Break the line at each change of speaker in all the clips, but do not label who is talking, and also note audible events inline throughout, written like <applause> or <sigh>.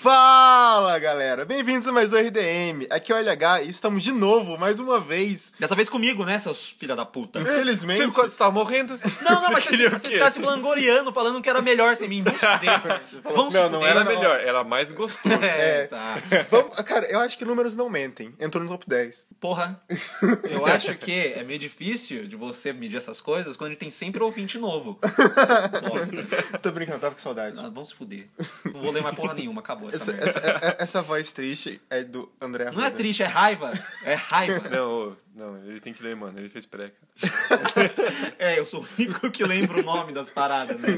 Fala galera, bem-vindos a mais um RDM. Aqui é o LH e estamos de novo, mais uma <laughs> vez.
Dessa vez comigo, né, seus filha da puta?
Infelizmente.
Sempre quando você tava morrendo?
Não, não, mas
Você
você,
queria o
você
quê?
tá se vangloriando, falando que era melhor sem mim. Vamos
<laughs>
se fuder. Vamos se
Não, não
fuder.
era melhor, era mais gostoso.
<laughs> É,
É.
tá.
Vamos- cara, eu acho que números não mentem. Entrou no top <laughs> 10.
Porra,
<laughs>
eu acho que é meio difícil de você medir essas coisas quando a gente tem sempre
<laughs>
ouvinte novo. Bosta.
Tô brincando, tava com saudade.
Ah, vamos se fuder. Não vou ler mais porra nenhuma, acabou essa
Essa,
merda.
essa- é- é- essa voz triste é do André
Não é
Arruda.
triste, é raiva. É raiva.
Não, ô, não, ele tem que ler, mano. Ele fez pré. cara.
É, eu sou o único que lembra o nome
<laughs>
das paradas, né?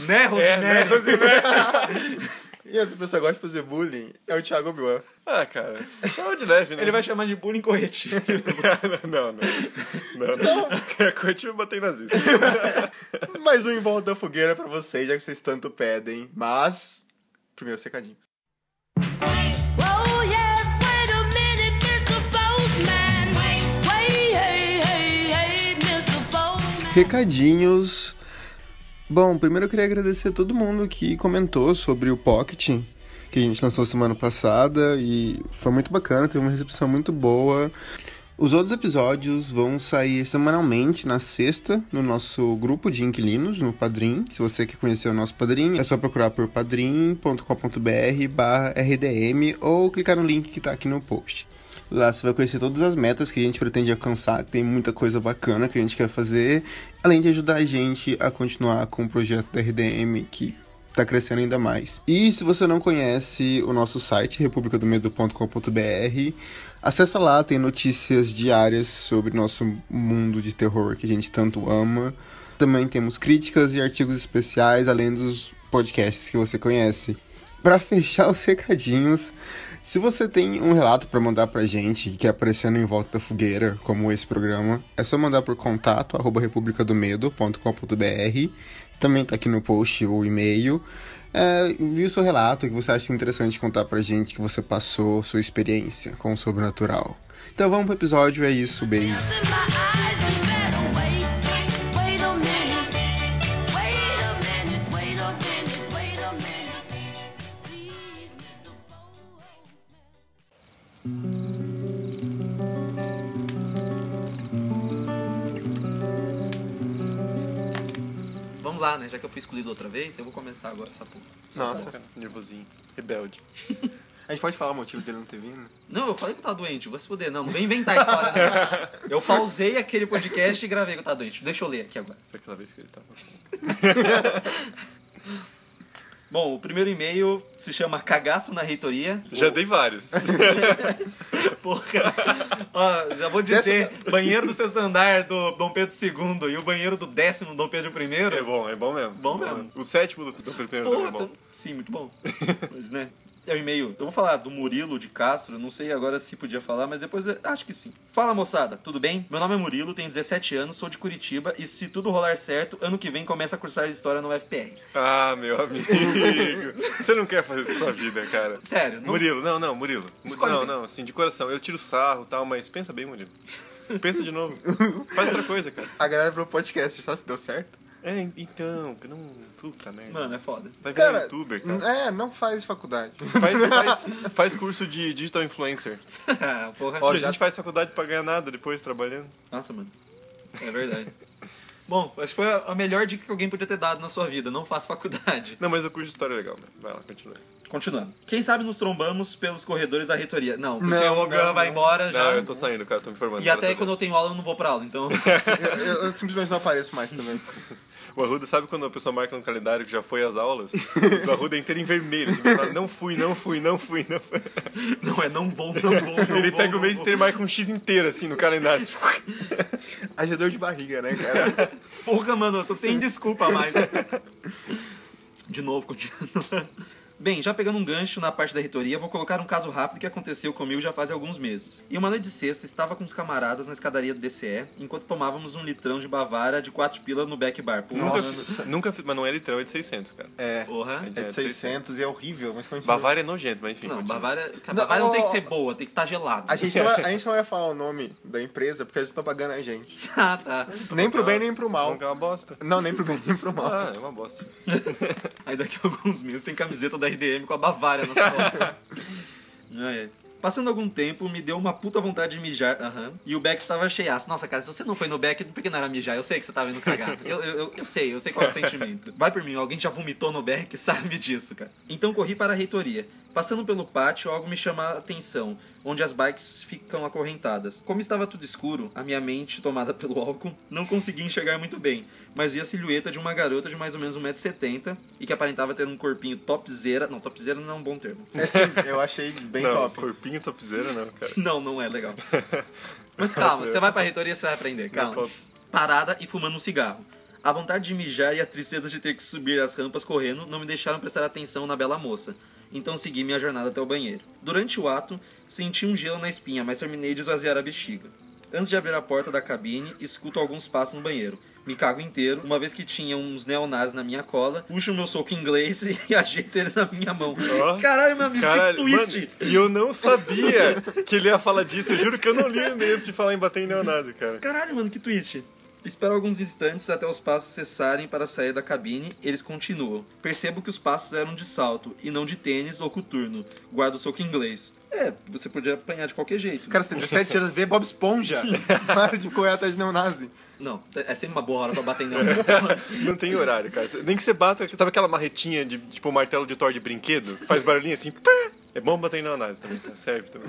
Né,
É,
Rosemary?
E essa pessoa gosta de fazer bullying é o Thiago Obiwan.
Ah, cara. Só de leve, né?
Ele
<laughs>
vai chamar de bullying corretivo.
não, não. Não, <laughs> não. É curtir e bater nazista.
Mais um em volta da fogueira pra vocês, já que vocês tanto pedem. Mas, primeiro os recadinhos.
Oh yes, wait a minute, Mr. Postman. Wait, wait, hey, hey, hey, Mr. Postman.
Recadinhos. Bom, primeiro eu queria agradecer a todo mundo que comentou sobre o Pocket que a gente lançou semana passada e foi muito bacana, teve uma recepção muito boa. Os outros episódios vão sair semanalmente na sexta no nosso grupo de inquilinos no Padrim. Se você quer conhecer o nosso Padrim, é só procurar por padrim.com.br/rdm ou clicar no link que tá aqui no post. Lá você vai conhecer todas as metas que a gente pretende alcançar, tem muita coisa bacana que a gente quer fazer, além de ajudar a gente a continuar com o projeto da RDM que tá crescendo ainda mais. E se você não conhece o nosso site, republicadomedo.com.br, acessa lá, tem notícias diárias sobre nosso mundo de terror que a gente tanto ama. Também temos críticas e artigos especiais, além dos podcasts que você conhece. Para fechar os recadinhos, se você tem um relato para mandar pra gente que é aparecendo em volta da fogueira, como esse programa, é só mandar por contato arroba republicadomedo.com.br. Também tá aqui no post o e-mail. É, envie o seu relato que você acha interessante contar pra gente que você passou sua experiência com o sobrenatural. Então vamos pro episódio, é isso, beijo.
Tears in my eyes, you better wait, wait a minute. Wait a minute, wait a minute, wait a minute. Please, Mr. Postman.
Vamos lá, né? Já que eu fui escolhido outra vez, eu vou começar agora essa porra.
Nossa. Tá Nervosinho.
<laughs>
Rebelde.
A gente pode falar o motivo dele não ter vindo?
Não, eu falei que eu tava doente, vou se fuder. Não, não vem inventar história. não. Eu pausei aquele podcast e gravei que eu tava doente. Deixa eu ler aqui agora.
Foi aquela vez que ele tava.
Bom, o primeiro e-mail se chama Cagaço na Reitoria. <laughs>
Já dei vários.
Porra. Ó, já vou dizer, banheiro do sexto andar do Dom Pedro II e o banheiro do décimo Dom Pedro
É
I.
bom, é bom mesmo.
Bom mesmo.
O sétimo do, do primeiro
Porra,
também é bom.
então- sim, muito <laughs> bom. Mas, né? É o e-mail. Eu vou falar do Murilo de Castro, não sei agora se podia falar, mas depois eu- acho que sim. Fala moçada, tudo bem? Meu nome é Murilo, tenho 17 anos, sou de Curitiba e se tudo rolar certo, ano que vem começa a cursar história no FPR.
Ah, meu amigo. Você não quer fazer isso com sua vida, cara.
Sério, não
Murilo, não, não, Murilo. Mu-
Escolhe
não,
bem.
não, assim, de coração. Eu tiro sarro e tal, mas pensa bem, Murilo. Pensa de
<laughs>
novo. Faz outra coisa, cara.
A galera virou podcast, só se deu certo?
É, en- então, que não. Puta merda.
Mano, é <laughs> foda.
Vai virar
Cara,
youtuber, cara.
É, não faz faculdade.
<laughs> Faz, faz, faz curso de digital influencer.
Ah, Porra.
Ó,
Porque
já-
a gente faz faculdade pra ganhar nada depois trabalhando.
Nossa, mano. É verdade. <laughs> Bom, acho que foi a a melhor dica que alguém podia ter dado na sua vida. Não faça faculdade.
Não, mas o curso de história é legal, né? Vai lá, continua.
Continuando. Quem sabe nos trombamos pelos corredores da reitoria. Não, porque
Não,
o Ogan
não,
vai
não.
embora já.
Não, eu tô saindo, cara, tô me formando.
E até
graças a
quando eu
Deus.
tenho aula eu não vou pra aula, então. <laughs>
Eu, eu- eu simplesmente não apareço mais também.
O Arruda, sabe quando a pessoa marca no calendário que já foi às
<laughs>
aulas? o Arruda é inteiro em vermelho. Assim, ele fala, não fui, não fui, não fui, não fui.
não, é não bom, não bom. Não
<laughs> Ele
bom,
pega
não
o mês
bom.
inteiro e marca um X inteiro, assim, no <laughs> calendário.
Agedor de barriga, né, cara?
Porra, mano, eu tô sem desculpa mais. De novo, continuando. Bem, já pegando um gancho na parte da reitoria, vou colocar um caso rápido que aconteceu comigo já faz alguns meses. Em uma noite de sexta, estava com os camaradas na escadaria do DCE, enquanto tomávamos um litrão de Bavara de 4 pila no back bar.
Nunca,
Pulando-
nunca fiz, mas não é litrão, <laughs> é de 600, cara.
É.
Porra.
É de 600 e é horrível, mas continua.
Bavária é nojento, mas enfim.
Não,
continua.
Bavária, cara, Bavária não tem que
ó,
ser boa, tem que estar gelado.
A gente, não vai, a gente não vai falar o nome da empresa porque eles estão pagando a gente.
<laughs> Ah, tá.
Nem pro bem, nem pro mal.
Nunca é uma bosta.
Não, nem pro bem, nem pro
<laughs>
mal.
Ah, é uma bosta.
Aí daqui a alguns meses tem camiseta da RDM com a Bavária nas costas. É. Passando algum tempo, me deu uma puta vontade de mijar. aham, E o Beck estava cheiaço. Nossa, cara, se você não foi no Beck, por que não era mijar? Eu sei que você tava indo cagar. Eu, eu, eu, eu sei, eu sei qual é o sentimento. Vai por mim, alguém já vomitou no Beck, <laughs> sabe disso, cara. Então corri para a reitoria. Passando pelo pátio, algo me chamou a atenção, onde as bikes ficam acorrentadas. Como estava tudo escuro, a minha mente, tomada pelo álcool, não conseguia enxergar muito bem, mas vi a silhueta de uma garota de mais ou menos 1,70m e que aparentava ter um corpinho topzera. Não, topzera não é um bom termo.
É sim, eu achei bem
não,
top.
corpinho topzera não, cara.
Não, não é
<laughs>
legal. Mas calma, você vai pra reitoria, você vai aprender, calma.
top.
Parada e fumando um cigarro. A vontade de mijar e a tristeza de ter que subir as rampas correndo não me deixaram prestar atenção na bela moça. Então segui minha jornada até o banheiro. Durante o ato, senti um gelo na espinha, mas terminei de esvaziar a bexiga. Antes de abrir a porta da cabine, escuto alguns passos no banheiro. Me cago inteiro, uma vez que tinha uns neonazis na minha cola, puxo meu soco inglês <laughs> e ajeito ele na minha mão.
Ó.
Caralho, meu amigo,
Caralho,
que twist!
mano, e eu não sabia que ele ia falar disso. Eu juro que eu não li o e-mail antes de falar em bater em neonazi, cara.
Caralho, mano, que twist. Espero alguns instantes até os passos cessarem para sair da cabine, eles continuam. Percebo que os passos eram de salto, e não de tênis ou coturno. Guardo o soco em inglês. É, você podia apanhar de qualquer jeito.
Cara, você tem 17 anos, vê
<laughs>
Bob Esponja. Para de correr atrás de neonazi.
Não, é sempre uma boa hora pra bater em
<laughs> Não tem horário, cara. Nem que você bata, sabe aquela marretinha de tipo um martelo de Thor de brinquedo? Faz barulhinho assim, pá! É bom bater em neonazi também, cara. Serve também.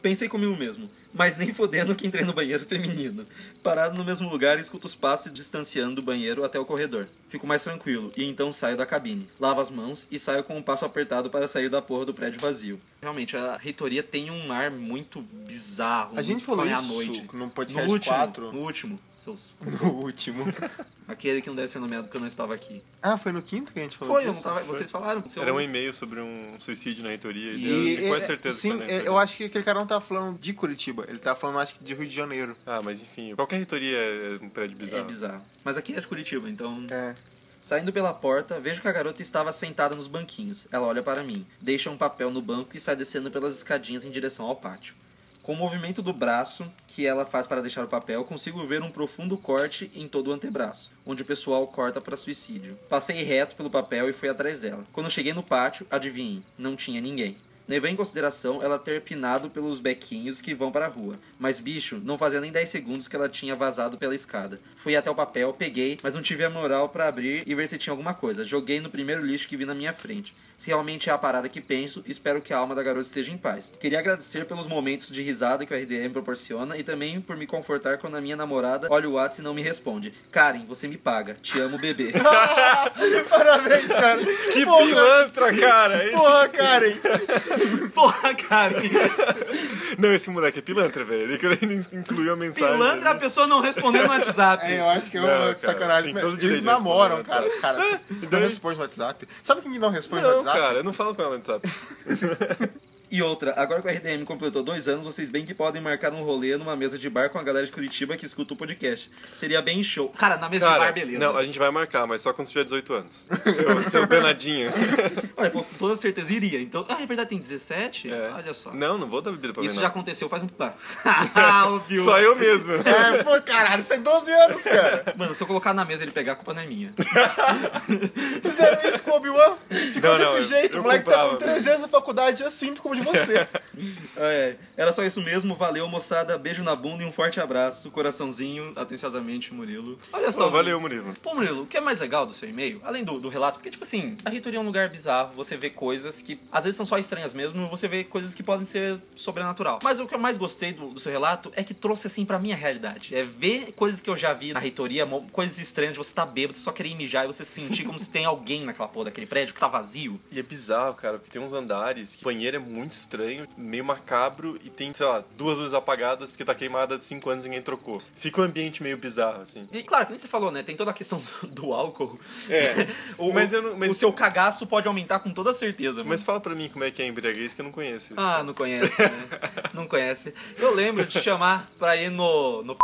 Pensei comigo mesmo, mas nem fodendo que entrei no banheiro feminino. Parado no mesmo lugar, escuto os passos se distanciando do banheiro até o corredor. Fico mais tranquilo e então saio da cabine. Lavo as mãos e saio com um passo apertado para sair da porra do prédio vazio. Realmente, a reitoria tem um ar muito bizarro.
A gente
muito
falou
pai à
isso
noite.
no
No
podcast
último,
4.
no último, seus...
No último.
Aquele que não deve ser nomeado porque eu não estava aqui.
Ah, foi um no quinto que a gente falou
Foi, eu
disso?
não tava, vocês falaram. É seu-
Era um e-mail sobre um suicídio na reitoria. E, é,
E, é,
eu, com certeza
sim,
foi na
eu
reitoria.
acho que aquele cara não tá falando de Curitiba, ele tá falando acho que de Rio de Janeiro.
Ah, mas enfim, qualquer reitoria é um prédio
É
bizarro.
bizarro. Mas aqui é de Curitiba, então...
É.
Saindo pela porta, vejo que a garota estava sentada nos banquinhos. Ela olha para mim, deixa um papel no banco e sai descendo pelas escadinhas em direção ao pátio. Com o movimento do braço que ela faz para deixar o papel, consigo ver um profundo corte em todo o antebraço, onde o pessoal corta para suicídio. Passei reto pelo papel e fui atrás dela. Quando cheguei no pátio, adivinhe, não tinha ninguém. Levei em consideração ela ter pinado pelos bequinhos que vão para a rua. Mas, bicho, não fazia nem 10 segundos que ela tinha vazado pela escada. Fui até o papel, peguei, mas não tive a moral pra abrir e ver se tinha alguma coisa. Joguei no primeiro lixo que vi na minha frente. Se realmente é a parada que penso, espero que a alma da garota esteja em paz. Queria agradecer pelos momentos de risada que o RDM proporciona e também por me confortar quando a minha namorada olha o WhatsApp e não me responde. Karen, você me paga. Te amo, bebê.
<laughs> Parabéns, cara.
Que
Porra,
pilantra, cara! Esse-
Porra, Karen.
<laughs> Porra, Karen.
Não, esse moleque é pilantra, velho. Ele ele incluiu a mensagem.
Pilantra a
né?
pessoa não respondeu no WhatsApp.
É, eu acho que é
Não,
uma
cara,
sacanagem.
tem todo o direito
Eles
de
namoram,
responder né, no
cara. Cara, você não responde no WhatsApp. Sabe quem não responde no
Não,
WhatsApp?
cara, eu não falo com ela no
<laughs>
WhatsApp.
E outra, agora que o RDM completou dois anos, vocês bem que podem marcar um rolê numa mesa de bar com a galera de Curitiba que escuta o podcast. Seria bem show. Cara, na mesa de
Cara,
bar, beleza.
não, a gente vai marcar, mas só quando tiver 18
<laughs>
anos. Seu, seu danadinho.
Olha, com toda certeza iria. Então, ah, é verdade, tem 17?
É.
Olha só.
Não, não vou dar bebida pra mim,
Isso
não.
já aconteceu faz um.
<laughs>
<laughs> Ah, ouviu?
Só eu
<laughs>
mesmo.
É, pô, caralho, você tem 12 anos, cara.
Mano, se eu colocar na mesa e ele pegar, a culpa não é minha.
Fizeram isso com o Obi-Wan. é Ficou
Não, não,
desse
eu-
jeito.
eu
o moleque tá
comprava
com 13 anos na faculdade assim, como de você.
É, era só isso mesmo. Valeu, moçada. Beijo na bunda e um forte abraço. Coraçãozinho, atenciosamente, Murilo. Olha só.
Pô, valeu, Murilo.
Pô, Murilo, o que é mais legal do seu e-mail, além do, do relato, porque, tipo assim, a reitoria é um lugar bizarro, você vê coisas que às vezes são só estranhas mesmo, você vê coisas que podem ser sobrenatural. Mas o que eu mais gostei do, do seu relato é que trouxe, assim, pra minha realidade. É ver coisas que eu já vi na reitoria, mo- coisas estranhas de você tá bêbado, só querer ir mijar e você sentir como se tem alguém naquela porra daquele prédio que tá vazio.
E é bizarro, cara, porque tem uns andares que o banheiro é muito muito estranho, meio macabro e tem, sei lá, duas luzes apagadas porque tá queimada há cinco anos e ninguém trocou. Fica um ambiente meio bizarro, assim.
E claro, que nem você falou, né? Tem toda a questão do álcool.
É.
<laughs> o,
Mas eu não- mas
o
se-
seu cagaço pode aumentar com toda certeza.
Mas fala pra mim como é que é a embriaguez que eu não conheço isso.
Ah, não conhece, né? Não conhece. Eu lembro de chamar pra ir no. no p***,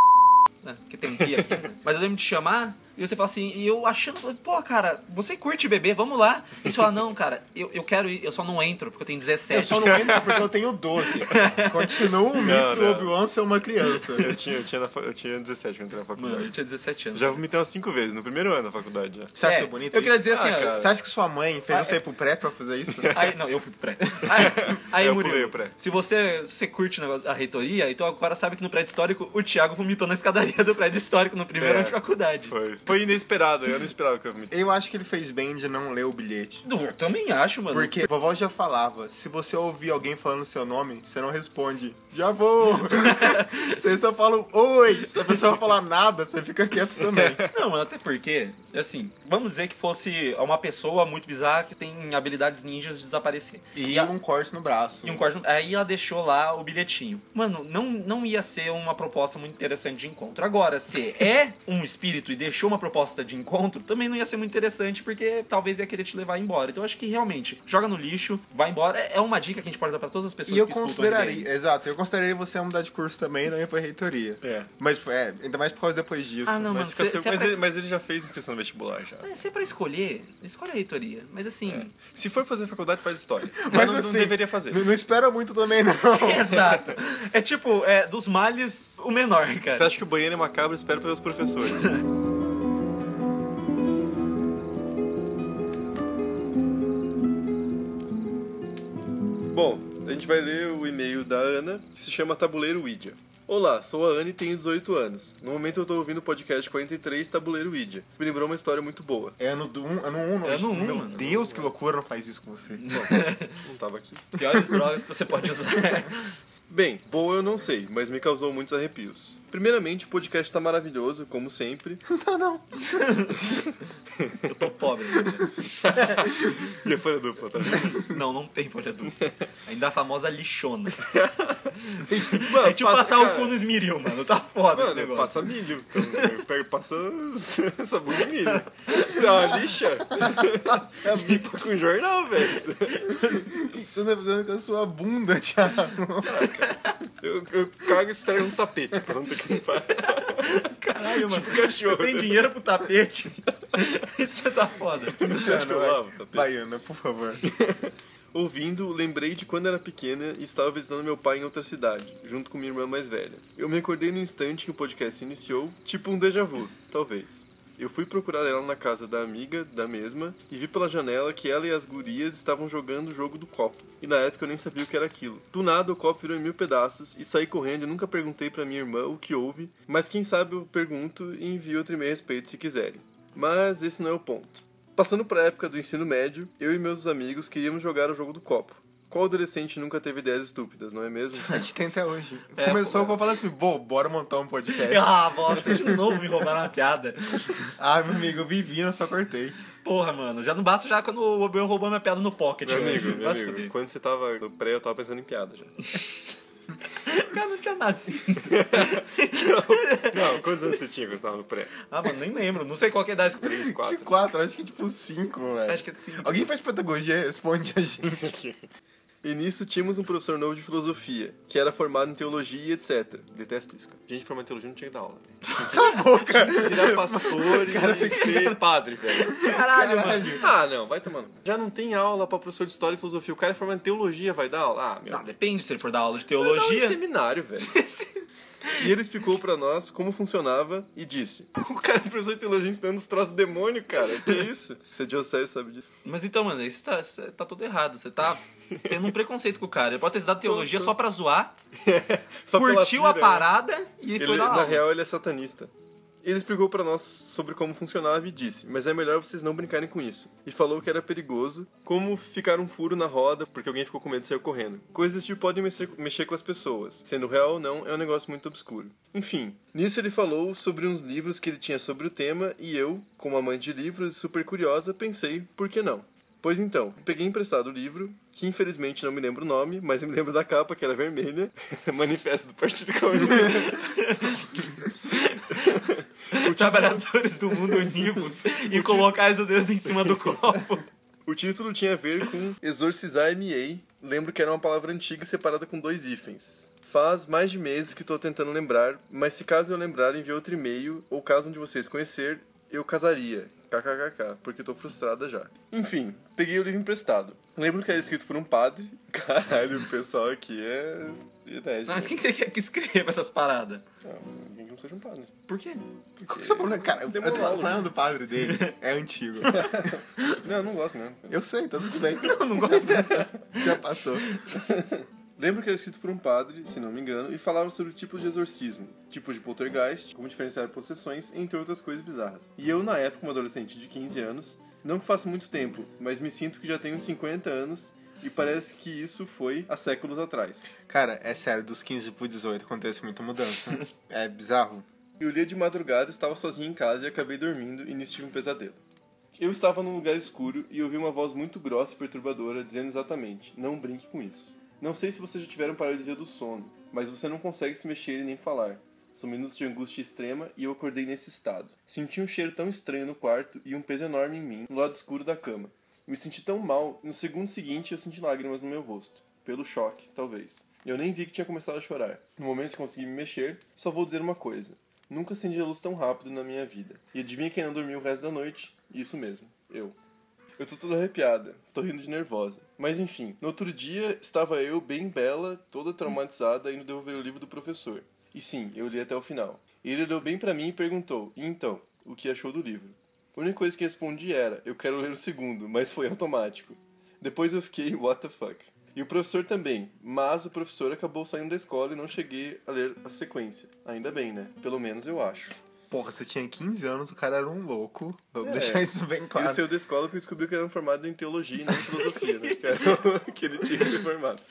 né? que tem pi aqui. né? Mas eu lembro de chamar e você fala assim, e eu achando, pô, cara, você curte beber, vamos lá. E você fala, não, cara, eu, eu quero ir, eu só não entro porque eu tenho 17.
Eu só não entro porque eu tenho 12. Continua o
Não,
mito do
não.
Obi-Wan ser uma criança.
Eu tinha, eu, tinha na fa- eu tinha 17 quando entrei na
Mano, eu
faculdade.
tinha 17 anos.
Já vomitei umas 5 vezes no primeiro ano da faculdade já.
Você acha
É,
que é bonito
Eu queria
isso?
dizer assim,
Ah,
ó,
cara.
Você acha que sua mãe fez
Ah,
você ir pro pré pra fazer isso?
Aí, não, eu fui pro pré. Aí, aí
Eu
Murilo,
pulei o pré.
se você, se você curte o negócio- a reitoria, então agora sabe que no prédio histórico o Thiago vomitou na escadaria do prédio histórico no primeiro
É.
ano de faculdade.
Foi. Foi inesperado, eu não esperava que eu vomitei.
<laughs> Eu acho que ele fez bem de não ler o bilhete.
Eu também acho, mano.
Porque a vovó já falava, se você ouvir alguém falando seu nome, você não responde, já <laughs> vou. você só fala um oi. Se a pessoa falar nada, você fica quieto também.
Não, mano, até porque, assim, vamos dizer que fosse uma pessoa muito bizarra que tem habilidades ninjas de desaparecer.
<laughs> E um corte no braço.
E um quarto. Aí ela deixou lá o bilhetinho. Mano, não, não ia ser uma proposta muito interessante de encontro. Agora, se é um espírito e deixou uma proposta de encontro, também não ia ser muito interessante, porque talvez ia querer te levar embora. Então eu acho que realmente, joga no lixo, vai embora. É é uma dica que a gente pode dar pra todas as pessoas
E eu
que escutam
consideraria, exato, eu consideraria você mudar de curso também, não ir pra reitoria.
É.
Mas, é, ainda mais por causa depois disso.
Ah, não, mano,
Mas, fica
cê-
seu-
cê
mas, é-
parece-
ele, mas ele já fez inscrição no vestibular já.
É, se é pra escolher, escolhe a reitoria. Mas assim.
É. Se for fazer faculdade, faz
<laughs>
história.
Mas
Mas não,
assim,
não deveria fazer.
Não, não espera muito também, não.
Exato. É tipo, é, dos males, o menor, cara.
Você acha que o banheiro é macabro? Espera pelos professores. <laughs> Bom, a gente vai ler o e-mail da Ana, que se chama Tabuleiro Ouija. Olá, sou a Ana e tenho 18 anos. No momento eu tô ouvindo o podcast 43 Tabuleiro Ouija. Me lembrou uma história muito boa.
É ano 1, ano 1,
É ano um,
Meu
mano.
Deus, que loucura, não faz isso com você.
Não tava aqui.
Piores drogas que você pode usar.
Bem, boa eu não sei, mas me causou muitos arrepios. Primeiramente, o podcast tá maravilhoso, como sempre.
<laughs> Eu tô pobre. né?
E a folha dupla, tá?
Não, não tem folha dupla. Ainda a famosa lixona.
Mano,
É tipo
passa,
passar
cara.
o cu no esmiril, mano. Tá foda esse
Mano,
negócio.
passa milho. Então, pega, passa <laughs> sabão de milho. Isso é uma
<laughs>
lixa. Limpa com jornal, velho.
Você não tá fazendo com a sua bunda, Thiago.
Eu, eu cago e esfrego no tapete. Pronto, que limpar.
Caralho, mano.
Tipo cachorro.
Você tem dinheiro pro tapete? <laughs> Isso tá foda.
Você acha que eu
Vai.
lavo o tapete?
Vai, Ana, por favor.
Ouvindo, lembrei de quando era pequena e estava visitando meu pai em outra cidade, junto com minha irmã mais velha. Eu me recordei no instante que o podcast se iniciou, tipo um déjà vu, talvez. Eu fui procurar ela na casa da amiga, da mesma, e vi pela janela que ela e as gurias estavam jogando o jogo do copo. E na época eu nem sabia o que era aquilo. Do nada o copo virou em mil pedaços e saí correndo e nunca perguntei pra minha irmã o que houve, mas quem sabe eu pergunto e envio outro e-mail a respeito se quiserem. Mas esse não é o ponto. Passando pra época do ensino médio, eu e meus amigos queríamos jogar o jogo do copo. Qual adolescente nunca teve ideias estúpidas, não é mesmo?
<laughs> A gente tem até hoje.
É,
Começou
pô.
com eu falar assim, pô, bora montar um
<laughs>
podcast.
Ah, nossa, de novo me roubaram uma piada.
ah, meu amigo, eu vivi, eu só cortei.
Porra, mano, já não basta já quando o Obi-Wan roubou minha piada no pocket.
Meu
velho.
amigo, <laughs> meu
Vai se
amigo,
fuder.
quando você tava no pré, eu tava pensando em piada já.
O cara não tinha nascido.
<laughs> Não, quantos anos você tinha quando você tava no pré?
Ah, mano, nem lembro. Não sei qual que é a idade.
Três,
Que
<laughs> quatro?
quatro? Acho que é tipo cinco, velho.
Acho que é assim.
Alguém faz pedagogia, responde a gente.
E nisso tínhamos um professor novo de filosofia, que era formado em teologia e etc. Detesto isso, cara. Gente formada em teologia não tinha que dar aula. Né? Tinha que virar pastor e ser padre, velho.
Caralho,
Caralho.
mano.
Ah, não, vai tomando. Já não tem aula pra professor de história e filosofia. O cara é formado em teologia, vai dar aula? Ah, meu
Não,
Deus.
depende se ele for dar aula de
Não, é
Tá. teologia.
seminário, velho. E ele explicou pra nós como funcionava e disse: <laughs> O cara é professor de teologia ensinando os troços do demônio, cara. Que isso? Você é diocese, sabe disso?
Mas então, mano, isso tá, cê tá tudo errado. Você tá tendo um preconceito com o cara. Ele pode ter estudado teologia
tô.
só pra zoar,
Só pela
curtiu
pira,
a
né?
parada e
Ele,
foi lá.
na real, ele é satanista. Ele explicou pra nós sobre como funcionava e disse: Mas é melhor vocês não brincarem com isso. E falou que era perigoso, como ficar um furo na roda porque alguém ficou com medo de sair correndo. Coisas desse tipo podem mexer, mexer com as pessoas, sendo real ou não, é um negócio muito obscuro. Enfim, nisso ele falou sobre uns livros que ele tinha sobre o tema e eu, como amante de livros e super curiosa, pensei: por que não? Pois então, peguei emprestado o livro, que infelizmente não me lembro o nome, mas eu me lembro da capa, que era vermelha. <laughs> Manifesto do Partido Comunista.
Trabalhadores do mundo
<laughs>
univos e colocar o dedo em cima do copo.
O título tinha a ver com exorcizar MA. Lembro que era uma palavra antiga separada com dois hífens. Faz mais de meses que tô tentando lembrar, mas se caso eu lembrar, envie outro e-mail, ou caso um de vocês conhecer, eu casaria. KKKK, porque tô frustrada já. Enfim, peguei o livro emprestado. Lembro que era escrito por um padre. <laughs> Caralho, o pessoal aqui é. herege,
Não, mas
né?
quem que você quer que escreva essas paradas?
Não, ninguém que não seja um padre.
Por quê?
Qual que é o seu problema? Cara, o
Demorou.
o problema do padre dele é antigo.
Não, não gosto mesmo.
Eu sei, tá tudo bem.
Eu <laughs> não gosto dessa.
Já passou.
Lembro que era escrito por um padre, se não me engano, e falava sobre tipos de exorcismo, tipos de poltergeist, como diferenciar possessões, entre outras coisas bizarras. E eu, na época, uma adolescente de 15 anos, não que faça muito tempo, mas me sinto que já tenho 50 anos e parece que isso foi há séculos atrás.
Cara, é sério, dos 15 pro 18 acontece muita mudança. É bizarro.
Eu lia de madrugada, estava sozinho em casa e acabei dormindo e nisso tive um pesadelo. Eu estava num lugar escuro e ouvi uma voz muito grossa e perturbadora dizendo exatamente: Não brinque com isso. Não sei se vocês já tiveram paralisia do sono, mas você não consegue se mexer e nem falar. São minutos de angústia extrema e eu acordei nesse estado. Senti um cheiro tão estranho no quarto e um peso enorme em mim, no lado escuro da cama. Me senti tão mal, no segundo seguinte eu senti lágrimas no meu rosto. Pelo choque, talvez. Eu nem vi que tinha começado a chorar. No momento que consegui me mexer, só vou dizer uma coisa. Nunca acendi a luz tão rápido na minha vida. E adivinha quem não dormiu o resto da noite? Isso mesmo, eu. Eu tô toda arrepiada, tô rindo de nervosa. Mas enfim, no outro dia estava eu, bem bela, toda traumatizada, indo devolver o livro do professor. E sim, eu li até o final. Ele olhou bem pra mim e perguntou: E então, o que achou do livro? A única coisa que respondi era: Eu quero ler o segundo, mas foi automático. Depois eu fiquei: What the fuck? E o professor também, mas o professor acabou saindo da escola e não cheguei a ler a sequência. Ainda bem, né? Pelo menos eu acho.
Porra, você tinha 15 anos, o cara era um louco.
É.
Vamos deixar isso bem claro.
Ele saiu da escola porque descobriu que era um formado em teologia e não em filosofia, né? Que, era o <laughs> que ele tinha se
<laughs>
formado.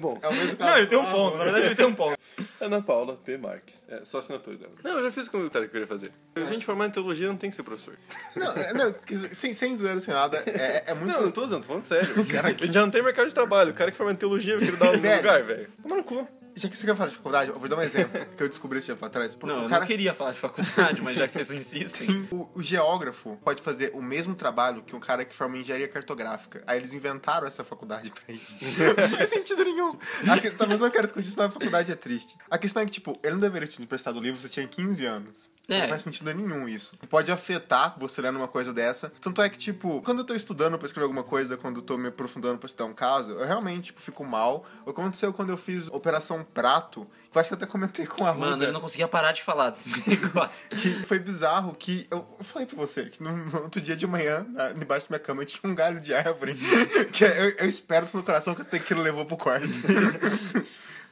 Bom,
É o mesmo
Não, ele tem
ah,
um ponto. Na verdade, ele tem um
<laughs>
ponto.
Ana Paula P. Marques. É, só assinatura dela. Não, eu já fiz o comentário que eu queria fazer.
É.
A gente formado em teologia não tem que ser professor.
Não, é, não, que- sem, sem zoeira, sem nada. É, é muito.
Não, não tô usando, tô falando
<laughs>
sério. A gente já não tem mercado de trabalho. O cara que forma em teologia vai querer dar aula no
Velho.
lugar, velho.
Toma no cu. Já que você quer falar de faculdade, eu vou dar um exemplo que eu descobri esse tempo atrás. Porque
Não,
o
eu
cara
não queria falar de faculdade, mas já que
<laughs>
vocês insistem.
O, o geógrafo pode fazer o mesmo trabalho que um cara que forma em engenharia cartográfica. Aí eles inventaram essa faculdade pra
<laughs>
isso. não faz sentido nenhum. A que- talvez eu quero discutir isso na faculdade é triste. A questão é que, tipo, ele não deveria te emprestar o livro, você tinha 15 anos.
É.
Não faz sentido nenhum isso. Pode afetar você lendo uma coisa dessa. Tanto é que, tipo, quando eu tô estudando pra escrever alguma coisa, quando eu tô me aprofundando pra estudar um caso, eu realmente, tipo, fico mal. O que aconteceu quando eu fiz Operação Prato, que eu acho que eu até comentei com a
Mano,
Amanda.
eu não conseguia parar de falar desse <laughs> negócio.
Que foi bizarro que eu eu falei pra você que no, no outro dia de manhã, na, debaixo da minha cama, tinha um galho de árvore.
Uhum.
que eu, eu espero no coração que até que ele levou
<laughs>
pro quarto.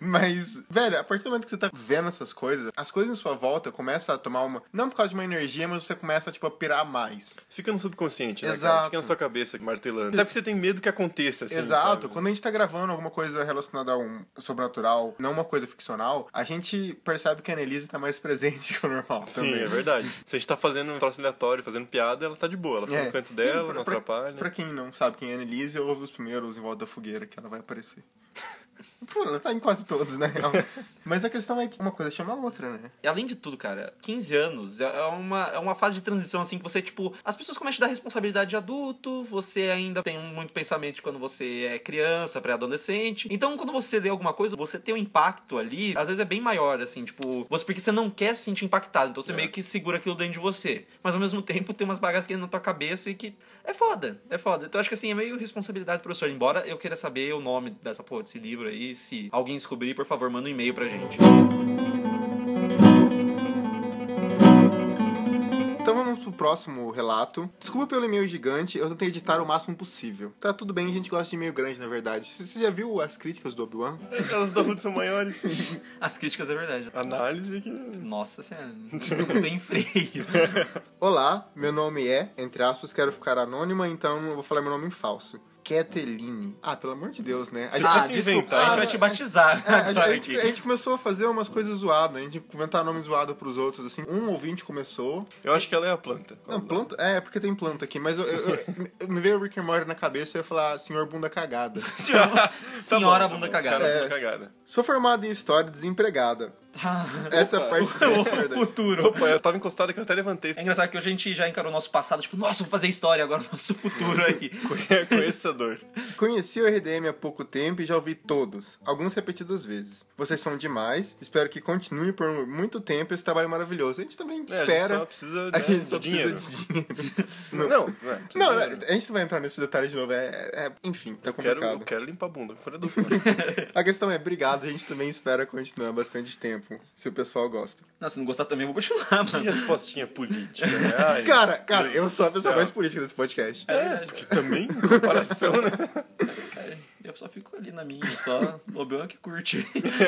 Mas, velho, a partir do momento que você tá vendo essas coisas, as coisas em sua volta começam a tomar uma. Não por causa de uma energia, mas você começa, tipo, a pirar mais.
Fica no subconsciente, né, cara?
Exato.
Fica na sua cabeça, martelando. Até porque você tem medo que aconteça, assim,
Exato.
sabe?
Quando a gente tá gravando alguma coisa relacionada a um sobrenatural, não uma coisa ficcional, a gente percebe que a Annelise tá mais presente <laughs> que o normal
Sim,
também.
é verdade. Se a gente tá fazendo um troço aleatório, fazendo piada, ela tá de boa. Ela fica no canto
E
dela,
É. pra-
não
pra-
atrapalha.
Pra quem não sabe quem é a Annelise, ouve os primeiros em volta da fogueira que ela
<laughs>
vai aparecer. Pô, ela tá em quase todos, né? Mas a questão é que uma coisa chama a outra, né?
E além de tudo, cara, 15 anos é uma, é uma fase de transição, assim, que você, tipo, as pessoas começam a dar responsabilidade de adulto, você ainda tem muito pensamento de quando você é criança, pré-adolescente. Então, quando você lê alguma coisa, você tem um impacto ali, às vezes é bem maior, assim, tipo, você, porque você não quer se sentir impactado, então você
É.
meio que segura aquilo dentro de você. Mas ao mesmo tempo tem umas bagaças que na tua cabeça e que é foda, é foda. Então acho que assim, é meio responsabilidade do professor, embora eu queira saber o nome dessa porra, desse livro aí, se alguém descobrir, por favor, manda um e-mail pra gente.
Então vamos pro próximo relato. Desculpa pelo e-mail gigante, eu tentei editar o máximo possível. Tá tudo bem, a gente gosta de e-mail grande, na verdade. C- Você já viu as críticas do Obi-Wan?
Elas da Ruth são
<laughs>
maiores.
As críticas é verdade.
Análise que...
<laughs>
Nossa senhora, não tem freio.
Olá, meu nome é, entre aspas, quero ficar anônima, então não vou falar meu nome em falso. Keteline. Ah, pelo amor de Deus, né?
Se
gente-
fosse
desculpa.
inventar,
a gente
Ah,
vai te batizar.
é, a, gente, a gente-
Tarek.
a gente começou a fazer umas coisas zoadas, né? a gente inventar nome zoado pros outros, assim. Um ouvinte começou.
Eu acho que ela é a planta. <laughs>
Não, planta. É, porque tem planta aqui, mas eu, eu- eu- eu- me veio o Rick and Morty na cabeça e eu ia falar senhor bunda cagada.
Senhora, senhora
bom, tá
bunda
bom.
cagada.
Senhora bunda
É.
cagada.
Sou formado em história desempregada.
Ah,
Essa é a
<laughs>
parte triste, na verdade.
futuro.
Opa, eu tava encostado que eu até levantei. <laughs>
É engraçado que hoje a gente já encarou o nosso passado, tipo, nossa, vou fazer história agora, <laughs> o nosso futuro aí.
Conheço essa dor. É,
Conheci o RDM há pouco tempo e já ouvi todos, alguns repetidas vezes. Vocês são demais, espero que continue por muito tempo esse trabalho maravilhoso. A gente também
É, a gente
espera.
só precisa, né,
A gente só
de dinheiro.
precisa de dinheiro.
Não, não, é, precisa de
Não,
dinheiro.
a gente não vai entrar nesse detalhe de novo. É, é- enfim, tá
Eu quero, eu
complicado.
quero limpar a bunda fora do corpo. <laughs>
A questão é, obrigado, a gente também espera continuar bastante tempo, se o pessoal gosta.
Nossa, se não gostar também, eu vou continuar, mano.
Que respostinha política, né? Ai,
<laughs> Cara, cara,
Deus
eu sou a
do
pessoa
céu.
mais política desse podcast.
É,
Que também, em comparação, né? <laughs>
cara, eu só fico ali na minha, só Obi-Wan que curte. <laughs>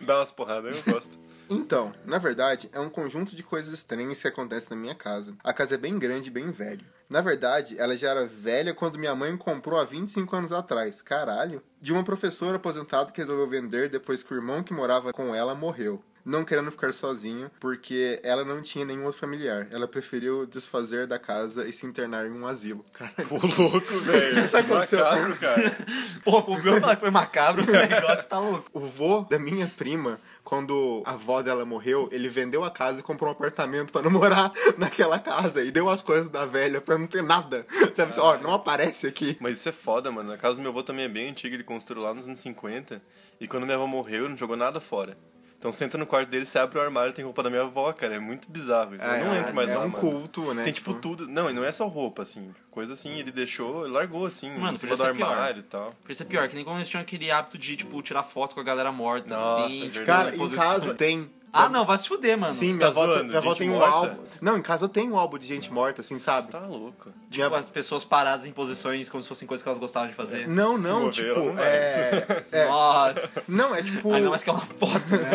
Dá umas porradas, eu gosto.
Então, na verdade, é um conjunto de coisas estranhas que acontecem na minha casa. A casa é bem grande e bem velha. Na verdade, ela já era velha quando minha mãe comprou há 25 anos atrás. Caralho. De uma professora aposentada que resolveu vender depois que o irmão que morava com ela morreu. Não querendo ficar sozinha, porque ela não tinha nenhum outro familiar. Ela preferiu desfazer da casa e se internar em um asilo. Caralho.
Ô, louco, velho.
Isso aconteceu.
Macabro, cara.
Pô, o Obi-Wan falar que foi macabro, <laughs> o negócio tá louco.
O vô da minha prima, quando a avó dela morreu, ele vendeu a casa e comprou um apartamento pra <laughs> não morar naquela casa. E deu as coisas da velha pra não ter nada. Sabe assim, ó, não aparece aqui.
Mas isso é foda, mano. A casa do meu avô também é bem antiga, ele construiu lá nos anos 50. E quando minha avó morreu, ele não jogou nada fora. Então você entra no quarto dele, você abre o armário tem roupa da minha avó, cara. É muito bizarro isso.
É,
eu não
é,
entro mais
é
lá,
um
mano.
culto, né?
Tem tipo tudo. Não, e não é só roupa, assim. Coisa assim, ele deixou, ele largou assim,
Mano,
em cima do
podia ser pior.
armário e tal.
Por isso é pior, que nem quando eles tinham aquele hábito de, tipo, tirar foto com a galera morta,
Nossa,
assim.
verdade.
Tipo,
é Cara,
na
em
posição.
casa tem.
Ah, não, vai se fuder, mano.
Sim,
você
minha
tá
avó,
zoando,
minha avó
gente
tem um
morta?
álbum. Não, em casa tem um álbum de gente morta, assim,
Você
sabe?
tá louco.
Minha-
Tipo, as pessoas paradas em posições como se fossem coisas que elas gostavam de fazer.
Não,
Se né?
não,
mover, ela
tipo,
não vai.
é. é-
Nossa.
Não, é tipo.
Ainda mais que é uma foto, né?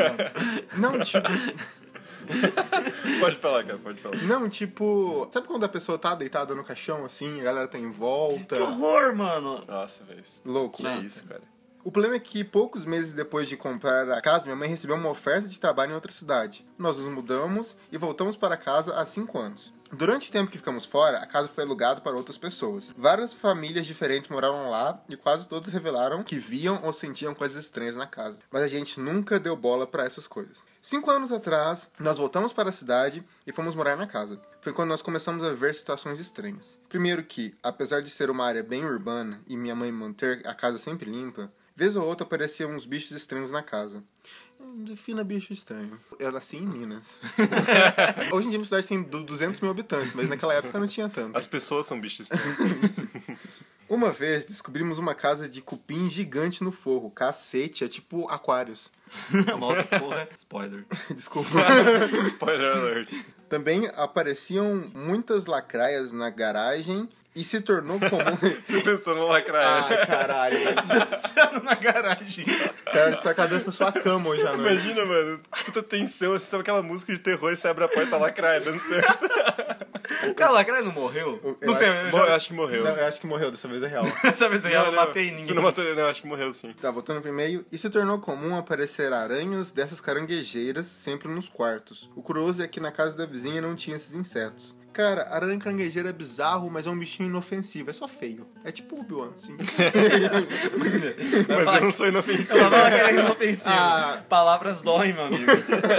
mano?
Não, tipo.
<laughs> Pode falar, cara, pode falar.
Não, tipo. Sabe quando a pessoa tá deitada no caixão assim, a galera tá em volta?
Que horror, mano.
Nossa, velho. Que
Louco.
Não.
isso, cara.
O problema é que poucos meses depois de comprar a casa, minha mãe recebeu uma oferta de trabalho em outra cidade. Nós nos mudamos e voltamos para casa há 5 anos. Durante o tempo que ficamos fora, a casa foi alugada para outras pessoas. Várias famílias diferentes moraram lá e quase todos revelaram que viam ou sentiam coisas estranhas na casa. Mas a gente nunca deu bola para essas coisas. Cinco anos atrás, nós voltamos para a cidade e fomos morar na casa. Foi quando nós começamos a ver situações estranhas. Primeiro que, apesar de ser uma área bem urbana e minha mãe manter a casa sempre limpa, Vez ou outra apareciam uns bichos estranhos na casa. Defina bicho estranho. Eu nasci em Minas. <laughs> Hoje em dia a minha cidade tem du- 200 mil habitantes, mas naquela época não tinha tanto.
As pessoas são bichos estranhos. <laughs>
Uma vez descobrimos uma casa de cupim gigante no forro. Cacete, é tipo aquários. <laughs>
Nossa, porra. é <laughs> Spoiler.
Desculpa.
Spoiler alert.
Também apareciam muitas lacraias na garagem e se tornou comum.
Você pensou no lacraia.
Ai, <laughs> caralho.
Dançando na garagem.
Cara, você tá com a dança na sua cama hoje à noite.
Imagina, mano. Puta tensão, você sabe aquela música de terror, você abre a porta, tá lacraia, dando certo.
Cara, o Lacraia não morreu?
Eu
não sei,
acho-
eu
Bom, eu
já...
acho que morreu.
Não, eu acho que morreu, dessa vez é real.
Dessa vez aí eu
Não, não,
matei ninguém.
Você não matou ele, não, acho que morreu sim.
Tá, voltando pro e-mail. E se tornou comum aparecer aranhas dessas caranguejeiras sempre nos quartos. O curioso é que na casa da vizinha não tinha esses insetos. Cara, aranha caranguejeira é bizarro, mas é um bichinho inofensivo, é só feio. É tipo o Obi-Wan, assim.
Mas eu não sou
<laughs>
inofensivo.
<laughs> Ela tava querendo inofensivo.
Ah.
Palavras doem, meu amigo.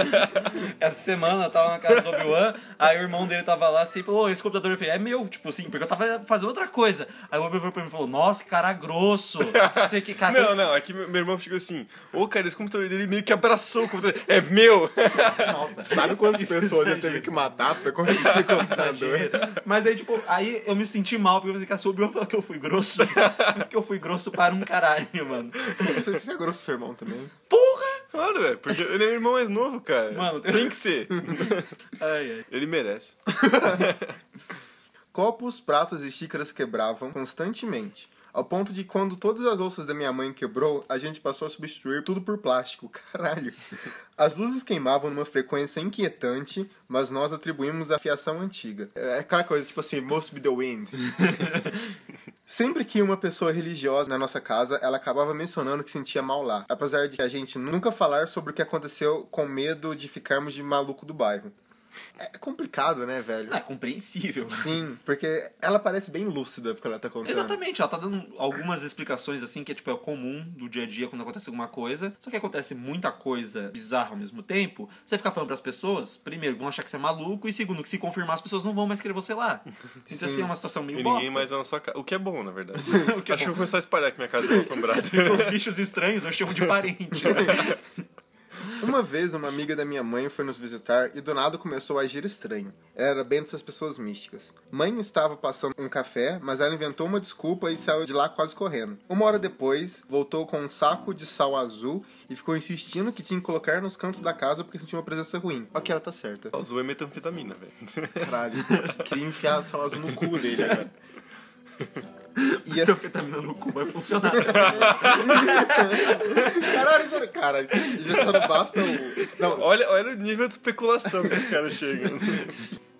<laughs> Essa semana eu tava na casa do Obi-Wan, aí o irmão dele tava lá assim e falou: "Ô, esse computador eu falei, é meu, tipo assim, porque eu tava fazendo outra coisa. Aí o Obi-Wan virou pra mim e falou, nossa, que cara grosso. Não sei que cara.
Não, não, aqui meu meu irmão chegou assim, ô cara, esse computador dele meio que abraçou o computador. É meu! <laughs>
Sabe quantas pessoas ele teve que matar pra conseguir ter computador?
Exagero. Mas aí, tipo, aí eu me senti mal, porque eu pensei, cara, se o Obi-Wan falou que eu fui grosso, <laughs> porque eu fui grosso para um caralho, mano.
Você, você é grosso com seu irmão também?
Porra!
Claro, velho, porque ele é meu irmão mais novo, cara.
Mano, tem-
tem... que ser.
Ai, ai.
Ele merece.
Copos, pratos e xícaras quebravam constantemente. Ao ponto de quando todas as louças da minha mãe quebrou, a gente passou a substituir tudo por plástico. <laughs> Caralho. As luzes queimavam numa frequência inquietante, mas nós atribuímos à fiação antiga. É aquela coisa, tipo assim, must be the wind.
Sempre que uma pessoa religiosa na nossa casa, ela acabava mencionando que sentia mal lá, apesar de a gente nunca falar sobre o que aconteceu com medo de ficarmos de maluco do bairro. É complicado, né, velho?
Ah, é compreensível. <laughs>
Sim, porque ela parece bem lúcida porque ela tá contando.
Exatamente, ela tá dando algumas explicações assim que é tipo é o comum do dia a dia quando acontece alguma coisa. Só que acontece muita coisa bizarra ao mesmo tempo. Você ficar falando pras pessoas, primeiro, vão achar que você é maluco, e segundo, que se confirmar, as pessoas não vão mais querer você lá. Então assim, é uma situação meio
E
bosta.
ninguém mais vai na sua casa. O que é bom, na verdade.
<laughs> O que é
Acho que eu
bom.
vou começar a espalhar que minha casa é mal
<laughs>
assombrada.
Porque os bichos estranhos eu chamo de parente. né?
Uma vez, uma amiga da minha mãe foi nos visitar e do nada começou a agir estranho. Ela era bem dessas pessoas místicas. Mãe estava passando um café, mas ela inventou uma desculpa e saiu de lá quase correndo. Uma hora depois, voltou com um saco de sal azul e ficou insistindo que tinha que colocar nos cantos da casa porque sentia uma presença ruim. Ok, ela tá certa.
Azul é metanfetamina, velho.
Caralho, <laughs> queria enfiar sal azul no cu dele agora. E a-
Então, vitamina no cu vai funcionar.
Caralho, isso- cara, já só não basta o... Não,
Olha, olha o nível de especulação que esse cara chega.
<laughs>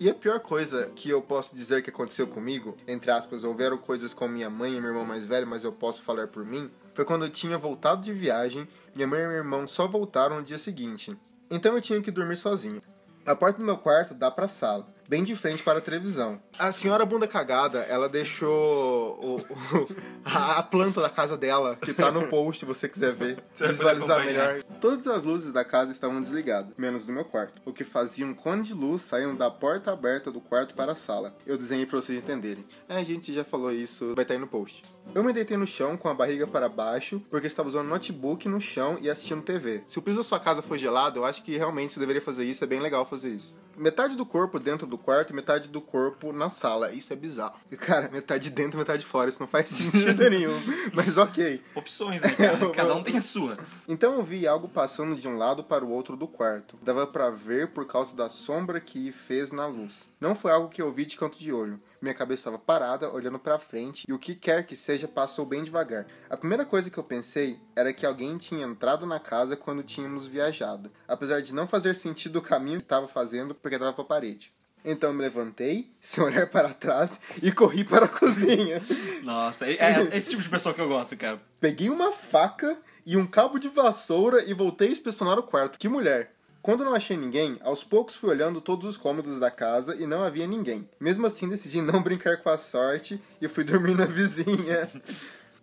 E a pior coisa que eu posso dizer que aconteceu comigo, entre aspas, houveram coisas com minha mãe e meu irmão mais velho, mas eu posso falar por mim, foi quando eu tinha voltado de viagem, minha mãe e meu irmão só voltaram no dia seguinte. Então eu tinha que dormir sozinho. A porta do meu quarto dá pra sala, bem de frente para a televisão. A senhora bunda cagada, ela deixou o- o- a a planta da casa dela, que tá no post, se você quiser
Você
ver,
vai poder
visualizar
acompanhar.
melhor. Todas as luzes da casa estavam desligadas, menos do meu quarto, o que fazia um cone de luz saindo da porta aberta do quarto para a sala. Eu desenhei para vocês entenderem. A gente já falou isso, vai estar aí no post. Eu me deitei no chão com a barriga para baixo, porque estava usando notebook no chão e assistindo TV. Se o piso da sua casa for gelado, eu acho que realmente você deveria fazer isso, é bem legal fazer isso. Metade do corpo dentro do quarto e metade do corpo na sala. Isso é bizarro. Cara, metade dentro, metade fora. Isso não faz <laughs> sentido nenhum. Mas ok.
Opções, né, cara? Cada um tem a sua.
Então eu vi algo passando de um lado para o outro do quarto. Dava pra ver por causa da sombra que fez na luz. Não foi algo que eu vi de canto de olho. Minha cabeça estava parada, olhando pra frente, e o que quer que seja passou bem devagar. A primeira coisa que eu pensei era que alguém tinha entrado na casa quando tínhamos viajado, apesar de não fazer sentido o caminho que estava fazendo porque estava pra parede. Então eu me levantei, <laughs> sem olhar para trás, e corri para a <laughs> cozinha.
Nossa, é,
<laughs>
é esse tipo de pessoa que eu gosto, cara.
Peguei uma faca e um cabo de vassoura e voltei a inspecionar o quarto. Que mulher! Quando não achei ninguém, aos poucos fui olhando todos os cômodos da casa e não havia ninguém. Mesmo assim, decidi não <laughs> brincar com a sorte e fui dormir na vizinha.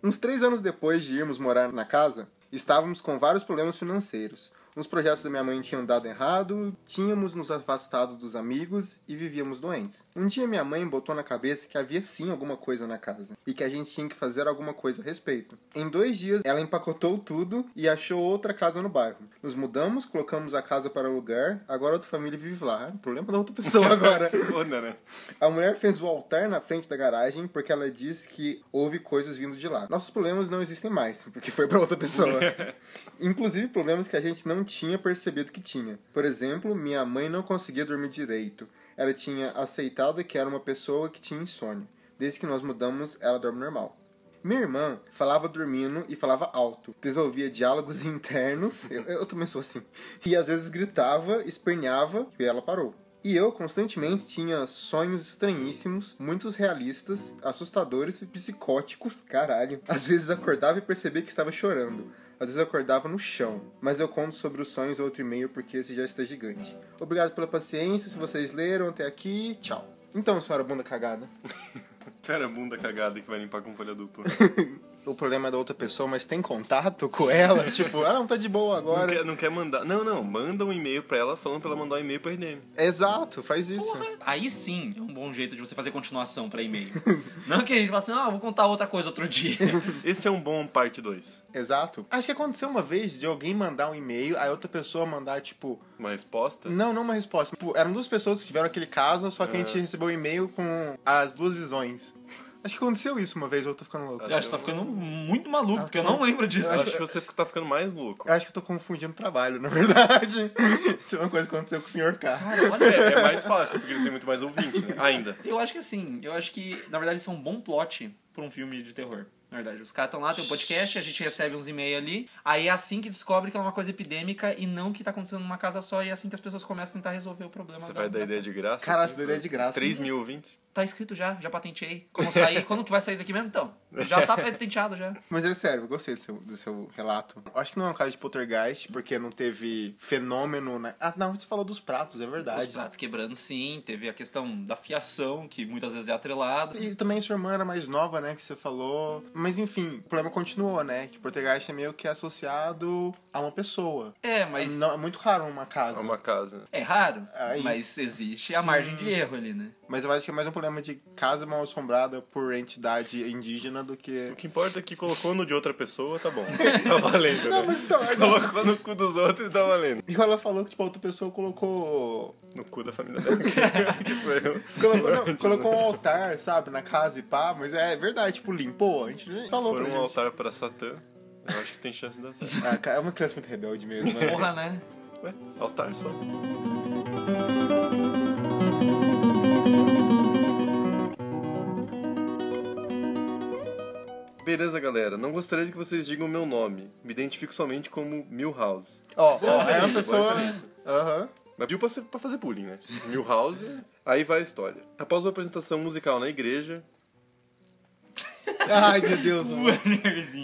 Uns três anos depois de irmos morar na casa, estávamos com vários problemas financeiros. Uns projetos da minha mãe tinham dado errado, tínhamos nos afastado dos amigos e vivíamos doentes. Um dia minha mãe botou na cabeça que havia sim alguma coisa na casa e que a gente tinha que fazer alguma coisa a respeito. Em dois dias, ela empacotou tudo e achou outra casa no bairro. Nos mudamos, colocamos a casa para alugar, agora outra família vive lá. Problema da outra pessoa agora.
Ona, né?
A mulher fez o altar na frente da garagem porque ela disse que houve coisas vindo de lá. Nossos problemas não existem mais, porque foi pra outra pessoa. Inclusive problemas que a gente não tinha percebido que tinha. Por exemplo, minha mãe não conseguia dormir direito. Ela tinha aceitado que era uma pessoa que tinha insônia. Desde que nós mudamos, ela dorme normal. Minha irmã falava dormindo e falava alto, desenvolvia diálogos <laughs> internos, eu, eu também sou assim, e às vezes gritava, esperneava e ela parou. E eu constantemente tinha sonhos estranhíssimos, muitos realistas, assustadores e psicóticos, caralho. Às vezes acordava e percebia que estava chorando, às vezes acordava no chão, mas eu conto sobre os sonhos outro e-mail porque esse já está gigante. Obrigado pela paciência, se vocês leram até aqui, tchau. Então, senhora bunda cagada.
Cara, bunda cagada que vai limpar com folha
<laughs>
dupla.
o problema é da outra pessoa, mas tem contato com ela? <laughs> tipo, ah, não, tá de boa
Não
agora.
quer, não quer mandar. Não, não. Manda um e-mail pra ela falando pra ela mandar um e-mail pro RDM.
Exato, faz isso.
Aí sim é um bom jeito de você fazer continuação
<laughs>
pra e-mail. Não que a gente fala assim, ah, vou contar outra coisa outro dia.
Esse é um bom parte 2.
Exato. Acho que aconteceu uma vez de alguém mandar um e-mail, aí outra pessoa mandar, tipo,
Uma
Tá.
resposta?
não, não uma resposta. Tipo, eram duas pessoas que tiveram aquele caso, só que a gente
É.
recebeu um e-mail com as duas visões. <laughs> Acho que aconteceu isso uma vez, ou eu tô ficando louco.
Eu acho que tá ficando muito maluco, porque eu não lembro disso.
Tá Eu acho que você tá ficando mais louco.
É,
Eu acho que eu tô confundindo trabalho, <laughs> na verdade. isso é uma coisa que aconteceu com o senhor K.
Cara, olha,
É, é
<laughs>
mais fácil, porque eles têm muito mais ouvinte, né? Ainda.
Eu acho que assim, eu acho que, na verdade, isso é um bom plot pra um filme de terror. na verdade. Os caras estão lá, tem um podcast, a gente recebe uns e-mails ali. Aí é assim que descobre que é uma coisa epidêmica e não que tá acontecendo numa casa só. E é assim que as pessoas começam a tentar resolver o problema.
Você
da-
vai dar
da-
ideia de graça?
Cara, essa ideia é de graça.
3 mil ouvintes?
Tá escrito já, já patenteei. Como <laughs> sair? Quando que vai sair isso daqui mesmo? Então, já tá patenteado já.
Mas é sério, eu gostei do seu, do seu relato. Eu Acho que não é um caso de poltergeist, porque não teve fenômeno.
né?
Na... Ah, não, você falou dos pratos, é verdade.
Os pratos quebrando, sim. Teve a questão da fiação, que muitas vezes é atrelado.
E também sua irmã era mais nova, né? Que você falou. Mas enfim, o problema continuou, né? Que poltergeist é meio que associado a uma pessoa.
É, mas.
Não, é muito raro uma
É
casa.
uma casa.
É raro,
Aí.
mas existe a
Sim.
margem de erro ali, né?
Mas eu acho que é mais um problema de casa mal assombrada por entidade indígena do
O
que.
que importa é que colocou no de outra pessoa, tá
<laughs>
bom. Tá valendo,
Não,
né?
mas então. <laughs>
Colocou no cu dos outros e tá valendo.
E ela falou que, tipo, a outra pessoa colocou.
No cu da família
<laughs>
dela. <laughs>
Colocou, não,
né?
colocou um altar, sabe, na casa e pá, mas é verdade, tipo, limpou. A gente não tá louco,
Foram
gente.
um altar pra Satã. Eu acho que tem chance de dar certo.
Ah, cara,
<laughs>
é uma criança muito rebelde mesmo, né?
Porra, né?
Ué, É, altar só. Beleza, galera. Não gostaria que vocês digam meu nome. Me identifico somente como Milhouse.
Ó, ó, é uma
referência, boa
pessoa.
<laughs>
Aham.
Mas pediu pra, ser- pra fazer bullying, né? Milhouse. Aí vai a história. Após uma apresentação musical na igreja...
<laughs> Ai, meu Deus, mano.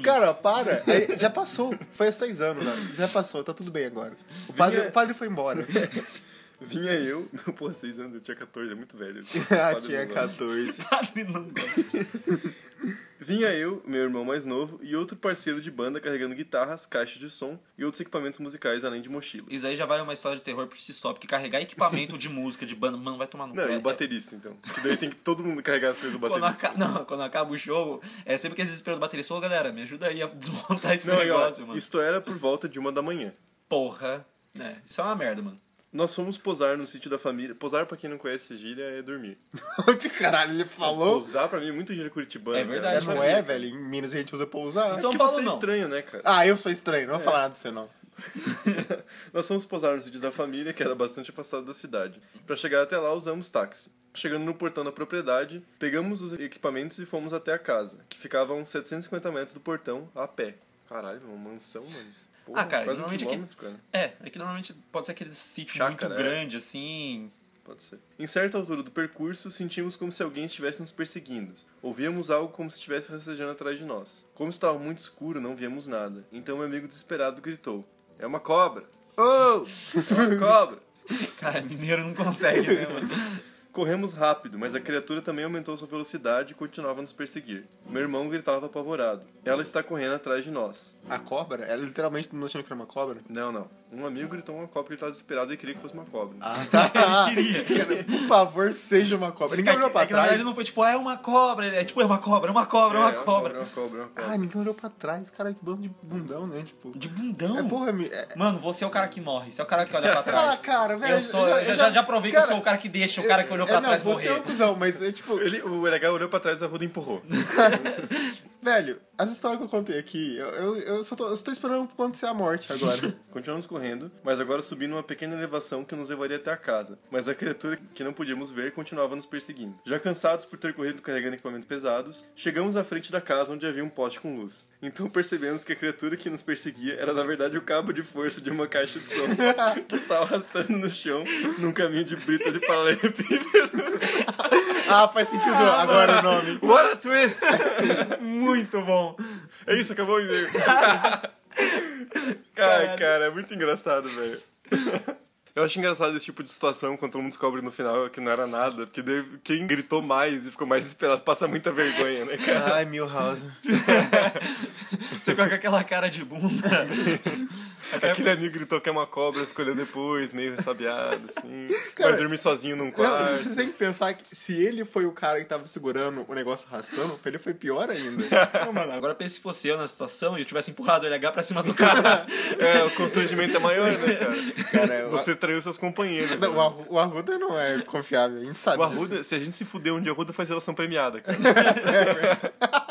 Cara, para. Aí, já passou. Foi há seis anos, né? Já passou, tá tudo bem agora. O padre,
Vinha-
o padre foi
<laughs>
embora.
Vinha eu... <laughs> Pô, seis anos. Eu tinha 14. É muito velho.
<laughs> ah, tinha <laughs> 14.
Padre não gosta.
Vinha eu, meu irmão mais novo e outro parceiro de banda carregando guitarras, caixas de som e outros equipamentos musicais além de mochila.
Isso aí já vai uma história de terror por si só, porque carregar equipamento de música, de banda, mano, vai tomar no
Não,
cu.
e
É-
o baterista, então. Que daí tem que todo mundo carregar as
<laughs>
coisas do
Quando
baterista.
aca- Não, quando acaba o show, é sempre que eles esperam do baterista. Ô, galera, me ajuda aí a <laughs> desmontar esse
Não, e ó,
negócio, mano.
isto era por volta de uma da manhã.
Porra. É, isso é uma merda, mano.
Nós fomos posar no sítio da família. Posar, pra quem não conhece gíria, é dormir.
que caralho ele falou?
Pousar, pra mim, é muito gíria curitibana.
É
cara.
verdade,
É,
Eu
não
sabia.
é, velho? Em Minas a gente usa pousar.
São
Que
Paulo,
você é
não.
estranho, né, cara?
Ah, eu sou estranho, não vou falar nada de você, não.
Nós fomos posar no sítio da família, que era bastante afastado da cidade. Pra chegar até lá, usamos táxi. Chegando no portão da propriedade, pegamos os equipamentos e fomos até a casa, que ficava a uns 750 metros do portão, a pé. Caralho, uma mansão, mano. Porra,
Ah, cara,
quase um
normalmente aqui-
quilômetro, cara.
É, é que normalmente pode ser aqueles sítios
Chácara,
muito
é.
grande, assim.
Pode ser. Em certa altura do percurso, sentimos como se alguém estivesse nos perseguindo. Ouvíamos algo como se estivesse rastejando atrás de nós. Como estava muito escuro, não víamos nada. Então meu amigo desesperado gritou: É uma cobra! Oh! É uma cobra!
Cara, mineiro não consegue, né, mano?
Corremos rápido, mas a criatura também aumentou sua velocidade e continuava a nos perseguir. Meu irmão gritava apavorado. Ela está correndo atrás de nós.
A cobra? Ela literalmente não achando que era uma cobra?
Não, não. Um amigo gritou uma cobra que ele estava desesperado e queria que fosse uma cobra.
<laughs> Ah, <laughs> tá.
<laughs>
Por favor, seja uma cobra. Ninguém olhou pra
é que na
trás.
verdade não foi tipo, ah, é uma cobra. ele É tipo, é uma cobra, é uma cobra, é uma
É, É
cobra.
uma cobra, é uma cobra.
Ah, ninguém olhou pra trás. Cara, que bando de bundão, né? Tipo.
De bundão.
É, porra, me- é-
Mano, você é o cara que morre. Você é o cara que olha pra trás.
<laughs> Ah, cara, velho.
eu sou, eu já, já, provei que eu sou o cara que deixa o cara que olhou pra
é, não,
trás
você
morrer.
é um cuzão, mas é tipo.
Ele, o LH olhou pra trás e a roda empurrou.
Velho, as histórias que eu contei aqui, eu, eu, eu só tô, eu só tô esperando acontecer a morte agora. <laughs>
Continuamos correndo, mas agora subindo uma pequena elevação que nos levaria até a casa. Mas a criatura que não podíamos ver continuava nos perseguindo. Já cansados por ter corrido carregando equipamentos pesados, chegamos à frente da casa onde havia um poste com luz. Então percebemos que a criatura que nos perseguia era na verdade o cabo de força de uma caixa de som que estava arrastando no chão num caminho de britas e paralelepípedos.
ah, faz sentido agora o nome.
What a twist!
um
Muito bom.
É isso, acabou o <laughs> e-mail. Ai,
Caralho.
cara, é muito engraçado, velho. Eu acho engraçado esse tipo de situação quando todo mundo descobre no final que não era nada, porque daí quem gritou mais e ficou mais desesperado passa muita vergonha, né, cara?
Ai, Milhouse.
Você fica com aquela cara de bunda.
<laughs>
Aquele amigo gritou que é uma cobra, ficou olhando depois, meio ressabiado, assim. Vai dormir sozinho num
Não,
quarto.
Vocês têm que pensar que se ele foi o cara que tava segurando o negócio arrastando, pra ele foi pior <laughs> ainda.
Não, mano, agora pense se fosse eu na situação e eu tivesse empurrado o LH pra cima
<laughs>
do cara.
É, o constrangimento é maior, né, cara?
Cara,
Você traiu seus companheiros.
Não,
né?
o, Arru- o Arruda não é confiável, a gente sabe
O
disso.
Arruda, se a gente se um fuder onde Arruda faz relação premiada, cara.